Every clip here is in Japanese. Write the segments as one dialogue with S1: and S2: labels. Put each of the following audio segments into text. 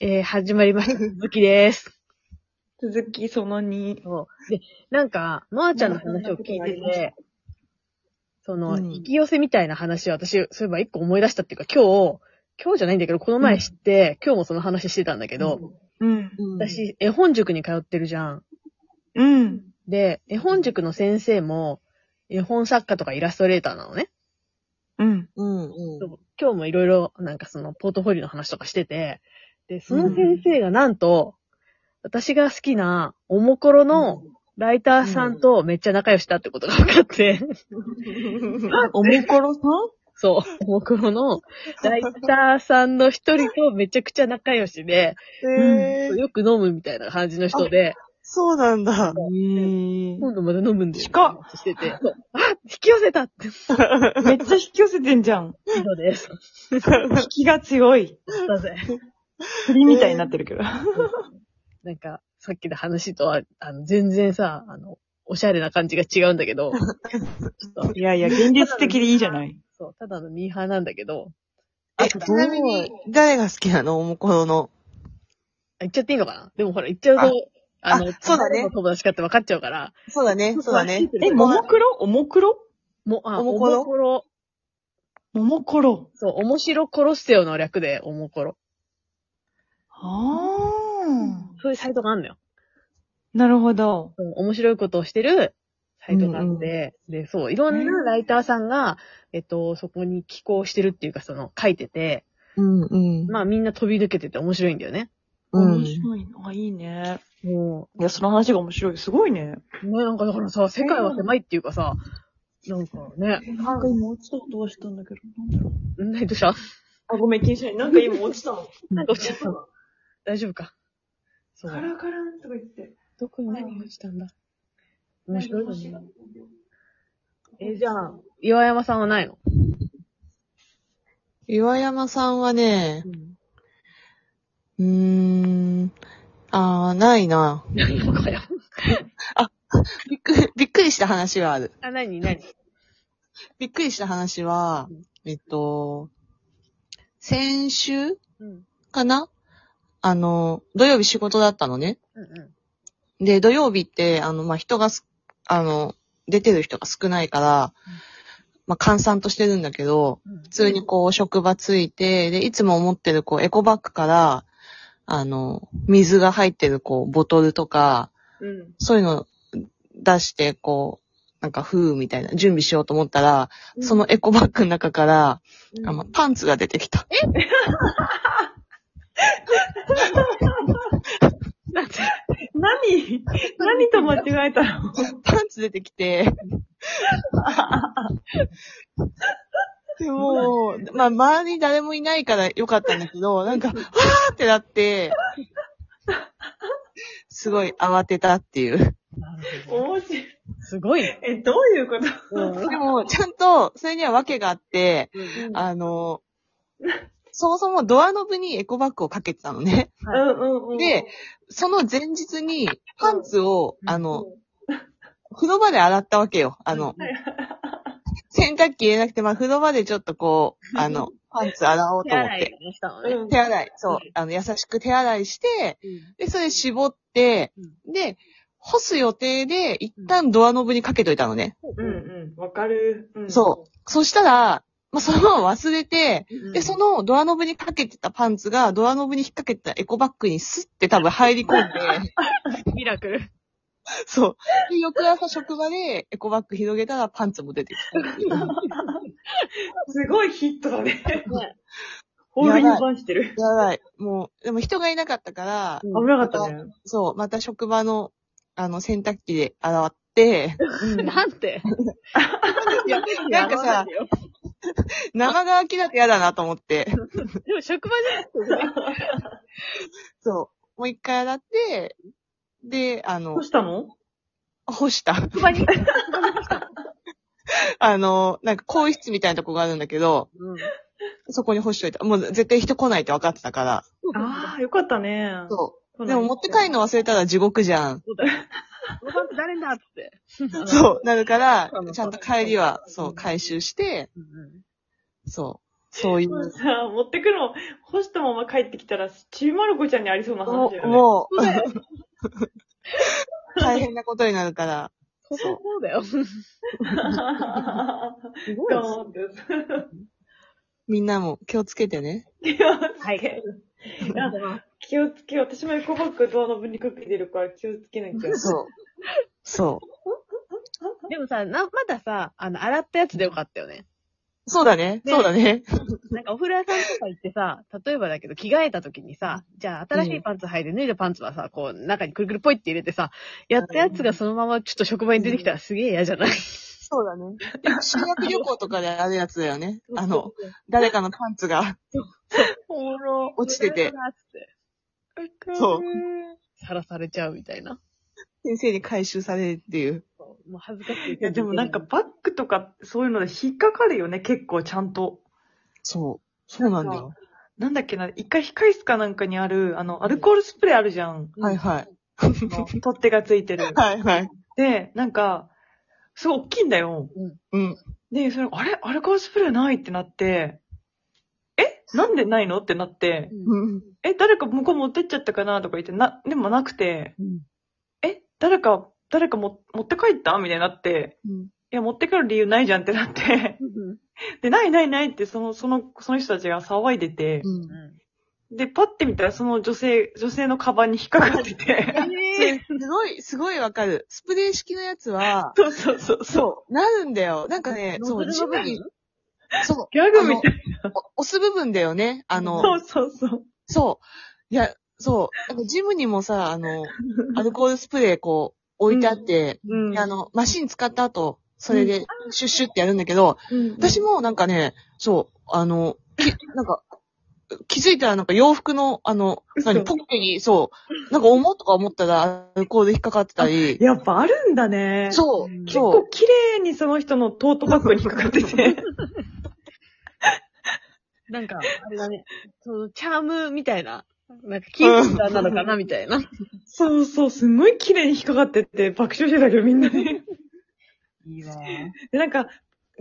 S1: えー、始まりました。続きです。
S2: 続きその2。
S1: そうで、なんか、まーちゃんの話を聞いてて、その、
S2: うん
S1: 引き寄せみたいな話を私、そういえば一個思い出したっていうか、今日、今日じゃないんだけど、この前知って、今日もその話してたんだけど、
S2: うん。
S1: 私、絵本塾に通ってるじゃん。
S2: うん。
S1: で、絵本塾の先生も、絵本作家とかイラストレーターなのね。
S2: うん。
S3: うんうん。
S1: そう今日もいろいろ、なんかその、ポートフォリオの話とかしてて、で、その先生がなんと、私が好きな、おもころ のライターさんとめっちゃ仲良しだってことが分かって、
S2: おもころさん
S1: そう、おもころの ライターさんの一人とめちゃくちゃ仲良しで、
S3: えー、
S1: よく飲むみたいな感じの人で、
S3: そうなん
S2: え
S3: だ。
S1: 今度まで飲むんで、
S2: 近っ
S1: してて、そうあ引き寄せたって
S2: めっちゃ引き寄せてんじ ゃん。
S1: ことです。
S2: 引きが強い。
S1: だ ぜ。
S2: 鳥みたいになってるけど。
S1: なんか、さっきの話とは、あの、全然さ、あの、おしゃれな感じが違うんだけ ど、
S2: いやいや、現実的でいいじゃない。
S1: そう、ただのミーハーなんだけど、
S3: え、ちなみに、誰が好きなのおもころの。
S1: あ言っちゃっていいのかなでもほら、言っちゃうと、あ
S3: あ
S1: の、
S3: そうだね
S1: 友達かって分かっちゃうから、
S3: そうだね、そうだね。
S2: え、ももクロおもクロ
S1: も、あ、お
S3: お
S1: もこ
S3: もこ
S1: ろ
S3: ろ
S2: ももクロ。
S1: そう、面白殺せよの略で、おもころ。
S2: ああ。
S1: そういうサイトがあんのよ。
S2: なるほど。
S1: そう面白いことをしてるサイトがあって、で、そう、いろんなライターさんが、えっと、そこに寄稿してるっていうか、その、書いてて、
S3: うんうん。
S1: まあみんな飛び抜けてて面白いんだよね。
S3: うん
S2: 面白いな。あ、いいね。
S1: もう、
S2: いや、その話が面白い。すごいね。
S1: ね、なんかだからさ、世界は狭いっていうかさ、なんかね、
S2: なんか今落ちた音がしたんだけど。なんだろう。
S1: 何どうした
S2: あ、ごめん、気にしない。なんか今落ちたの。
S1: なんか落ちちゃったの大丈夫か。そう。
S2: カランとか言って。
S1: どこに何が落ちたんだ面白いよね。え、じゃあ、岩山さんはないの
S3: 岩山さんはね、うーん、あー、ないな。
S1: ないのかよ。
S3: びっくり、びっくりした話がある。
S1: あ、何何
S3: びっくりした話は、えっと、先週
S1: うん。うん
S3: かなあの、土曜日仕事だったのね。
S1: う
S3: で、土曜日って、あの、まあ、人がす、あの、出てる人が少ないから
S1: うん、
S3: まあ、閑散としてるんだけど、
S1: ん。うん
S3: 普通にこう、職場ついて、で、いつも持ってるこう、エコバッグから、あの、水が入ってるこう、ボトルとか、
S2: うん。
S3: そういうの出して、こう、なんか、ふうみたいな、準備しようと思ったら、そのエコバッグの中から、あの、パンツが出てきた。
S1: なんて
S2: 何何と間違えたの
S3: パンツ出てきて。でも、まあ、周りに誰もいないからよかったんだけど、なんか、わーってなって、すごい慌てたっていう。
S1: なるほど
S2: 面白い。
S1: すごいね。
S2: え、どういうこと
S1: うん
S3: でも、ちゃんと、それには訳があって、
S1: うん
S3: あの、そもそもドアノブにエコバッグをかけてたのね。
S2: うんうんうん。
S3: で、その前日にパンツを、あの、風呂場で洗ったわけよ。あの、洗濯機入れなくて、まあ、風呂場でちょっとこう、あの、パンツ洗おう
S1: 手
S3: と思っ
S1: 洗い
S3: て。
S1: をしたの
S2: う
S1: ね。
S2: ん。
S3: 手洗い、そう、あの、優しく手洗いして、で、それ絞って、で、干す予定で、一旦ドアノブにかけといたのね。
S2: うんうん。わかる。うん、
S3: そう。そしたら、まあ、そのまま忘れて、
S2: うん。
S3: で、そのドアノブにかけてたパンツが、ドアノブに引っ掛けてたエコバッグにスッて多分入り込んで、
S1: ミラクル。
S3: そう。で、翌朝職場でエコバッグ広げたらパンツも出てきたっていう。
S2: すごいヒットだね。
S3: やば
S2: 応
S3: い
S2: 援番してる。
S3: やばい。もう、でも人がいなかったから、
S1: うん
S2: 危なかったね。
S3: そう、また職場の、あの、洗濯機で洗って、
S1: なんて。
S3: なんかさ、生乾きだと嫌だなと思って、
S1: でも職場じゃなくてね、
S3: そう、もう一回洗って、で、あ
S2: どう
S3: の、
S2: したの
S3: 干した。
S1: 職場に。
S3: あの、なんか、更衣室みたいなとこがあるんだけど、
S1: うん
S3: そこに干しといた。もう絶対人来ないって分かってたから。
S2: ああ、よかったね。
S3: そ
S2: こ
S3: う。
S2: の
S3: でも持って帰るの忘れたら地獄じゃん。
S1: そうだよ。おばんって誰だっつって。
S3: そう、なるから
S1: そうなの、
S3: ちゃんと帰りは、そう、回収して、
S1: うんうん。
S3: そう。そうい
S2: もう
S3: う。
S2: さ、持ってくの、干したまま帰ってきたら、ちびまる子ちゃんにありそうな話
S3: も
S2: だよ
S3: う、
S2: ね。
S3: もう
S1: そうだよ。
S3: 大変なことになるから。
S1: そうそうだよ。すごい
S2: ド
S1: よ。
S2: ーンって
S3: みんなも気をつけてね。
S2: 気をつ
S1: はい
S2: け。気をつけよう。私もエコバッグドアノブにかけてるから気をつけな きゃ。
S3: そう。そう。
S1: でもさ、な、まださ、あの、洗ったやつでよかったよね。
S3: そうだね。
S1: ね
S3: そうだね。
S1: なんかお風呂屋さんとか行ってさ、例えばだけど着替えた時にさ、じゃあ新しいパンツ履いて脱いだパンツはさ、こう中にくるくるぽいって入れてさ、やったやつがそのままちょっと職場に出てきたらすげえ嫌じゃない
S3: そうだね。修学旅行とかであるやつだよね。 あの、、誰かのパンツが。
S1: おもろ
S3: 落ちてて。そう
S1: さらされちゃうみたいな。
S3: 先生に回収されるっていう。
S1: もう恥ずかしい。
S2: いや、でもなんか、バッグとかそういうので引っかかるよね、結構ちゃんと。
S3: そう。そうなんだよ。
S2: なんだっけな、一回控室かなんかにある、あの、アルコールスプレーあるじゃん。
S3: はいはい。
S2: あの取っ手がついてる。
S3: はいはい。
S2: で、なんか、すごい大きいんだよ。
S3: うん。
S2: で、それ、あれアルコールスプレーないってなって、えなんでないのってなって、
S3: うん。
S2: え、誰か向こう持ってっちゃったかなとか言って、な、でもなくて、
S3: うん
S2: え、誰か、誰かも持って帰ったみたいになって、
S3: うん
S2: いや、持って帰る理由ないじゃんってなって、で、ないないないって、その、その、その人たちが騒いでて、
S3: うん
S2: で、パッて見たら、その女性、女性のカバンに引っかかってて、
S3: それすごい、すごいわかる。スプレー式のやつ は、
S2: そうそうそう、そう。
S3: そう、なるんだよ。なんかね、そう、ジムに、そう、
S2: ギャグみたいな。
S3: お押す部分だよね。あの、
S2: そうそうそう。
S3: そう。いや、そう。なんかジムにもさ、あの、アルコールスプレーこう、置いてあって、
S2: うん。
S3: あの、マシン使った後、それで、シュッシュってやるんだけど、
S2: うん、
S3: 私もなんかね、そう、あの、き なんか、気づいたらなんか洋服の、あの、
S2: 嘘
S3: 何、ポッケに、そう、なんか重っとか思ったら、アルコール引っかかってたり、
S2: やっぱあるんだね。う。
S3: そうう、
S1: ん
S2: 結
S3: そ
S2: 構
S3: う、
S2: 綺麗にその人のトートバッグに引っかかってて。
S1: なんか、あれだね、そのチャームみたいな、なんかキープなのかなみたいな。
S2: そうそう、すごい綺麗に引っかかってて、爆笑してたけどみ んなね。
S1: いいわ。
S2: で、なんか、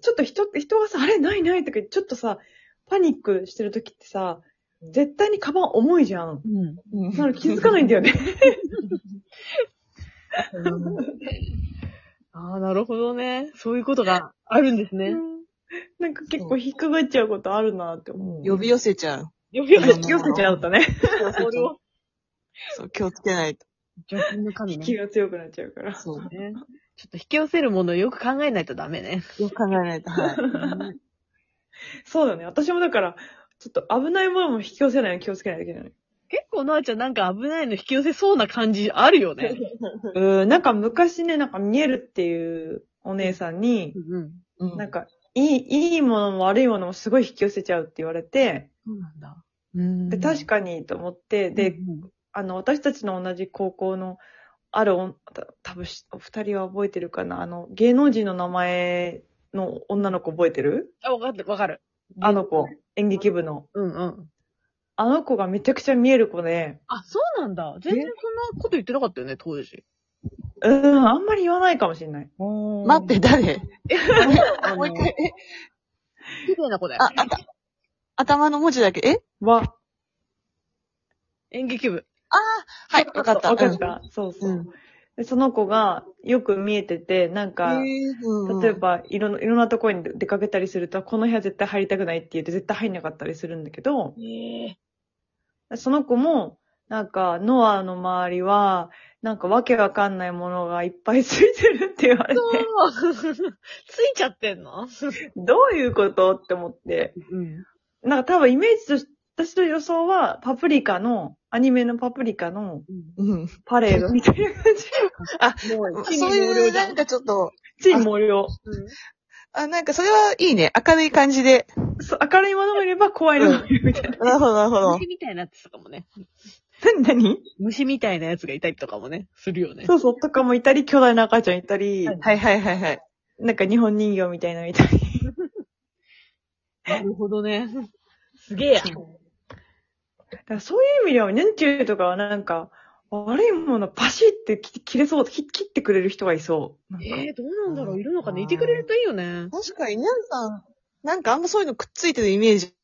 S2: ちょっと人、人がさ、あれないないとか言って、ちょっとさ、パニックしてる時ってさ、絶対にカバン重いじゃ ん。
S1: うん。
S3: うん
S2: なのに気づかないんだよね。
S1: ああ、なるほどね。そういうことがあるんですね。
S2: なんか結構引っかかっちゃうことあるなって思う。
S3: 呼び寄せちゃう。
S1: よくよく
S2: 引き寄せちゃうとね、
S3: そう、気をつけないと。
S1: 除菌の神
S2: 引
S1: ね。
S2: き
S1: ね
S2: が強くなっちゃうから。
S3: そう。
S1: ちょっと引き寄せるものをよく考えないとダメね。
S3: よく考えないと。はい。
S2: そうだね。私もだから、ちょっと危ないものも引き寄せないように気をつけないといけない。
S1: 結構なあちゃんなんか危ないの引き寄せそうな感じあるよね。
S2: うん、なんか昔ね、なんか見えるっていうお姉さんに、
S1: うん。
S3: うん
S2: なんか、いい、いいものも悪いものもすごい引き寄せちゃうって言われて、
S1: そうなんだ。うん。
S2: で、確かにと思って、で、あの、私たちの同じ高校の、あるお、た多分しお二人は覚えてるかなあの、芸能人の名前の女の子覚えてる
S1: あ、わかって、わかる。
S2: あの子、演劇部の。
S1: うんうん。
S2: あの子がめちゃくちゃ見える子で、
S1: あ、そうなんだ。全然そんなこと言ってなかったよね、当時。
S2: うん、あんまり言わないかもしれない。
S3: 待って、誰
S1: あの
S3: もう一回、え、
S1: 綺麗な子だよ
S3: あ。、あた、頭の文字だけ、え
S2: は、
S1: 演劇部。
S3: はい、わかった。
S2: わかった。そうそうう。
S3: ん。うん
S2: でその子がよく見えてて、なんか、例え、ば、いろんな、いろんなところに出かけたりすると、この部屋絶対入りたくないって言って絶対入んなかったりするんだけど、
S1: ええ。
S2: その子も、なんか、ノアの周りは、なんかわけわかんないものがいっぱいついてるって言われて、
S1: そう。ついちゃってんの
S2: どういうことって思って。
S1: うん。
S2: なんか多分イメージとし私の予想は、パプリカの、アニメのパプリカの
S3: うん。
S2: パレードみたいな感じ。
S1: も
S3: そういう、なんかちょっと、
S2: チーム無料。
S1: うん
S3: あ、なんかそれはいいね。明るい感じ で。
S2: そう明るいものもいれば怖いのもいるみたいな。
S3: なるほど、なるほど。
S1: 虫みたいなやつとかもね。
S2: 何何
S1: 虫みたいなやつがいたりとかもね、するよね。
S2: そうそう、とかもいたり、巨大な赤ちゃんいたり、
S3: はいはいはいはい。
S2: なんか日本人形みたいなのいたり。
S1: なるほどね。すげえや。
S2: だからそういう意味では、年中とかはなんか、悪いものパシって切切れそう、切切ってくれる人がいそう。なんか
S1: ええどうなんだろういるのかねいてくれるといいよね。
S3: 確かに、にゃんさん、なんかあんまそういうのくっついてるイメージ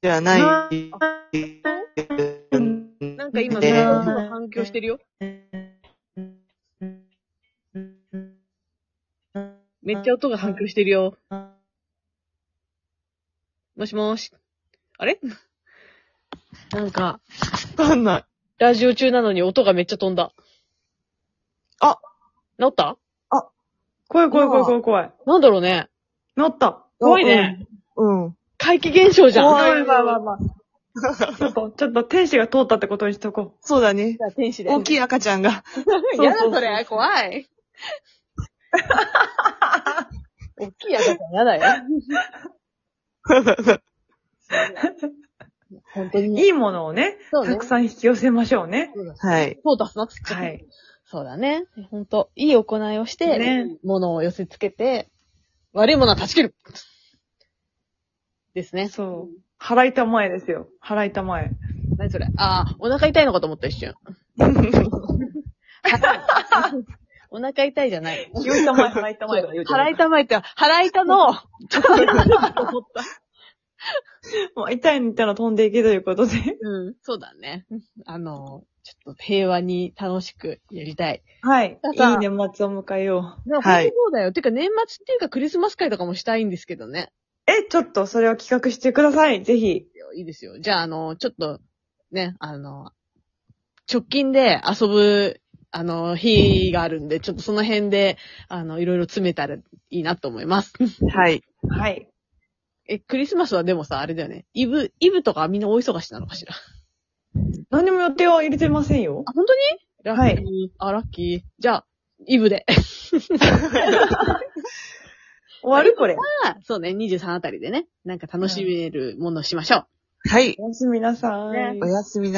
S3: ではない。
S1: なんか今、
S3: えー
S1: 音が反響してるよ。めっちゃ音が反響してるよ。もしもーし。あれなんか、
S3: わかんない。
S1: ラジオ中なのに音がめっちゃ飛んだ。
S3: あ
S1: 治った
S2: 怖い怖い怖い怖い怖い。
S1: なんだろうね。
S2: なった。
S1: 怖いね。
S3: うん。
S1: 怪奇現象じゃん。
S3: 怖い
S2: まあまあまあ。ちょっと、ちょっと天使が通ったってことにしとこ
S3: そうだね。
S1: じゃあ天使で。
S3: 大きい赤ちゃ んが。
S2: そうそうそう
S1: 怖 い。大きいやつは嫌だよ。本当
S2: う。
S1: に。
S2: いいものをね、
S1: そう
S2: たくさん引き寄せましょうね。
S3: はい。
S1: そうだ、なくちゃ
S2: は。い。
S1: そうだね。本当いい行いをして、
S2: ね
S1: 物を寄せつけて、悪いものは断ち切るですね。
S2: そう。払いたまえですよ。払いたまえ。
S1: 何それああ、お腹痛いのかと思った一 瞬。 お腹痛いじゃ ない。
S2: 言いたまえ、払いたまえ。
S1: 腹 痛まいって、腹痛の、ちょっと思った。
S2: もう痛いにいたら飛んでいけということで。
S1: うん、そうだね。 あの、ちょっと平和に楽しくやりたい。
S2: はい。いい
S1: さあ
S2: 年末を迎えよう。
S1: でも本
S3: はい
S1: 当そうだよ。てか年末っていうかクリスマス会とかもしたいんですけどね。
S2: え、ちょっと、それを企画してください。ぜひ。
S1: いいですよ。じゃあ、あの、ちょっと、ね、あの、直近で遊ぶ、あの、日があるんで、ちょっとその辺で、あの、いろいろ詰めたらいいなと思います。
S3: はい。
S2: はい。
S1: え、クリスマスはでもさ、あれだよね。イブ、イブとかみんな大忙しなのかしら。
S2: 何も予定は入れてませんよ。
S1: あ、本当にラッキー。
S2: は
S1: あ、ラッキー。じゃあ、イブで。
S2: 終わるこれ。
S1: そうね、23あたりでね、なんか楽しめるものをしましょう。
S3: はい。
S2: おやすみなさ
S1: ね
S2: い
S3: お。やすみなさい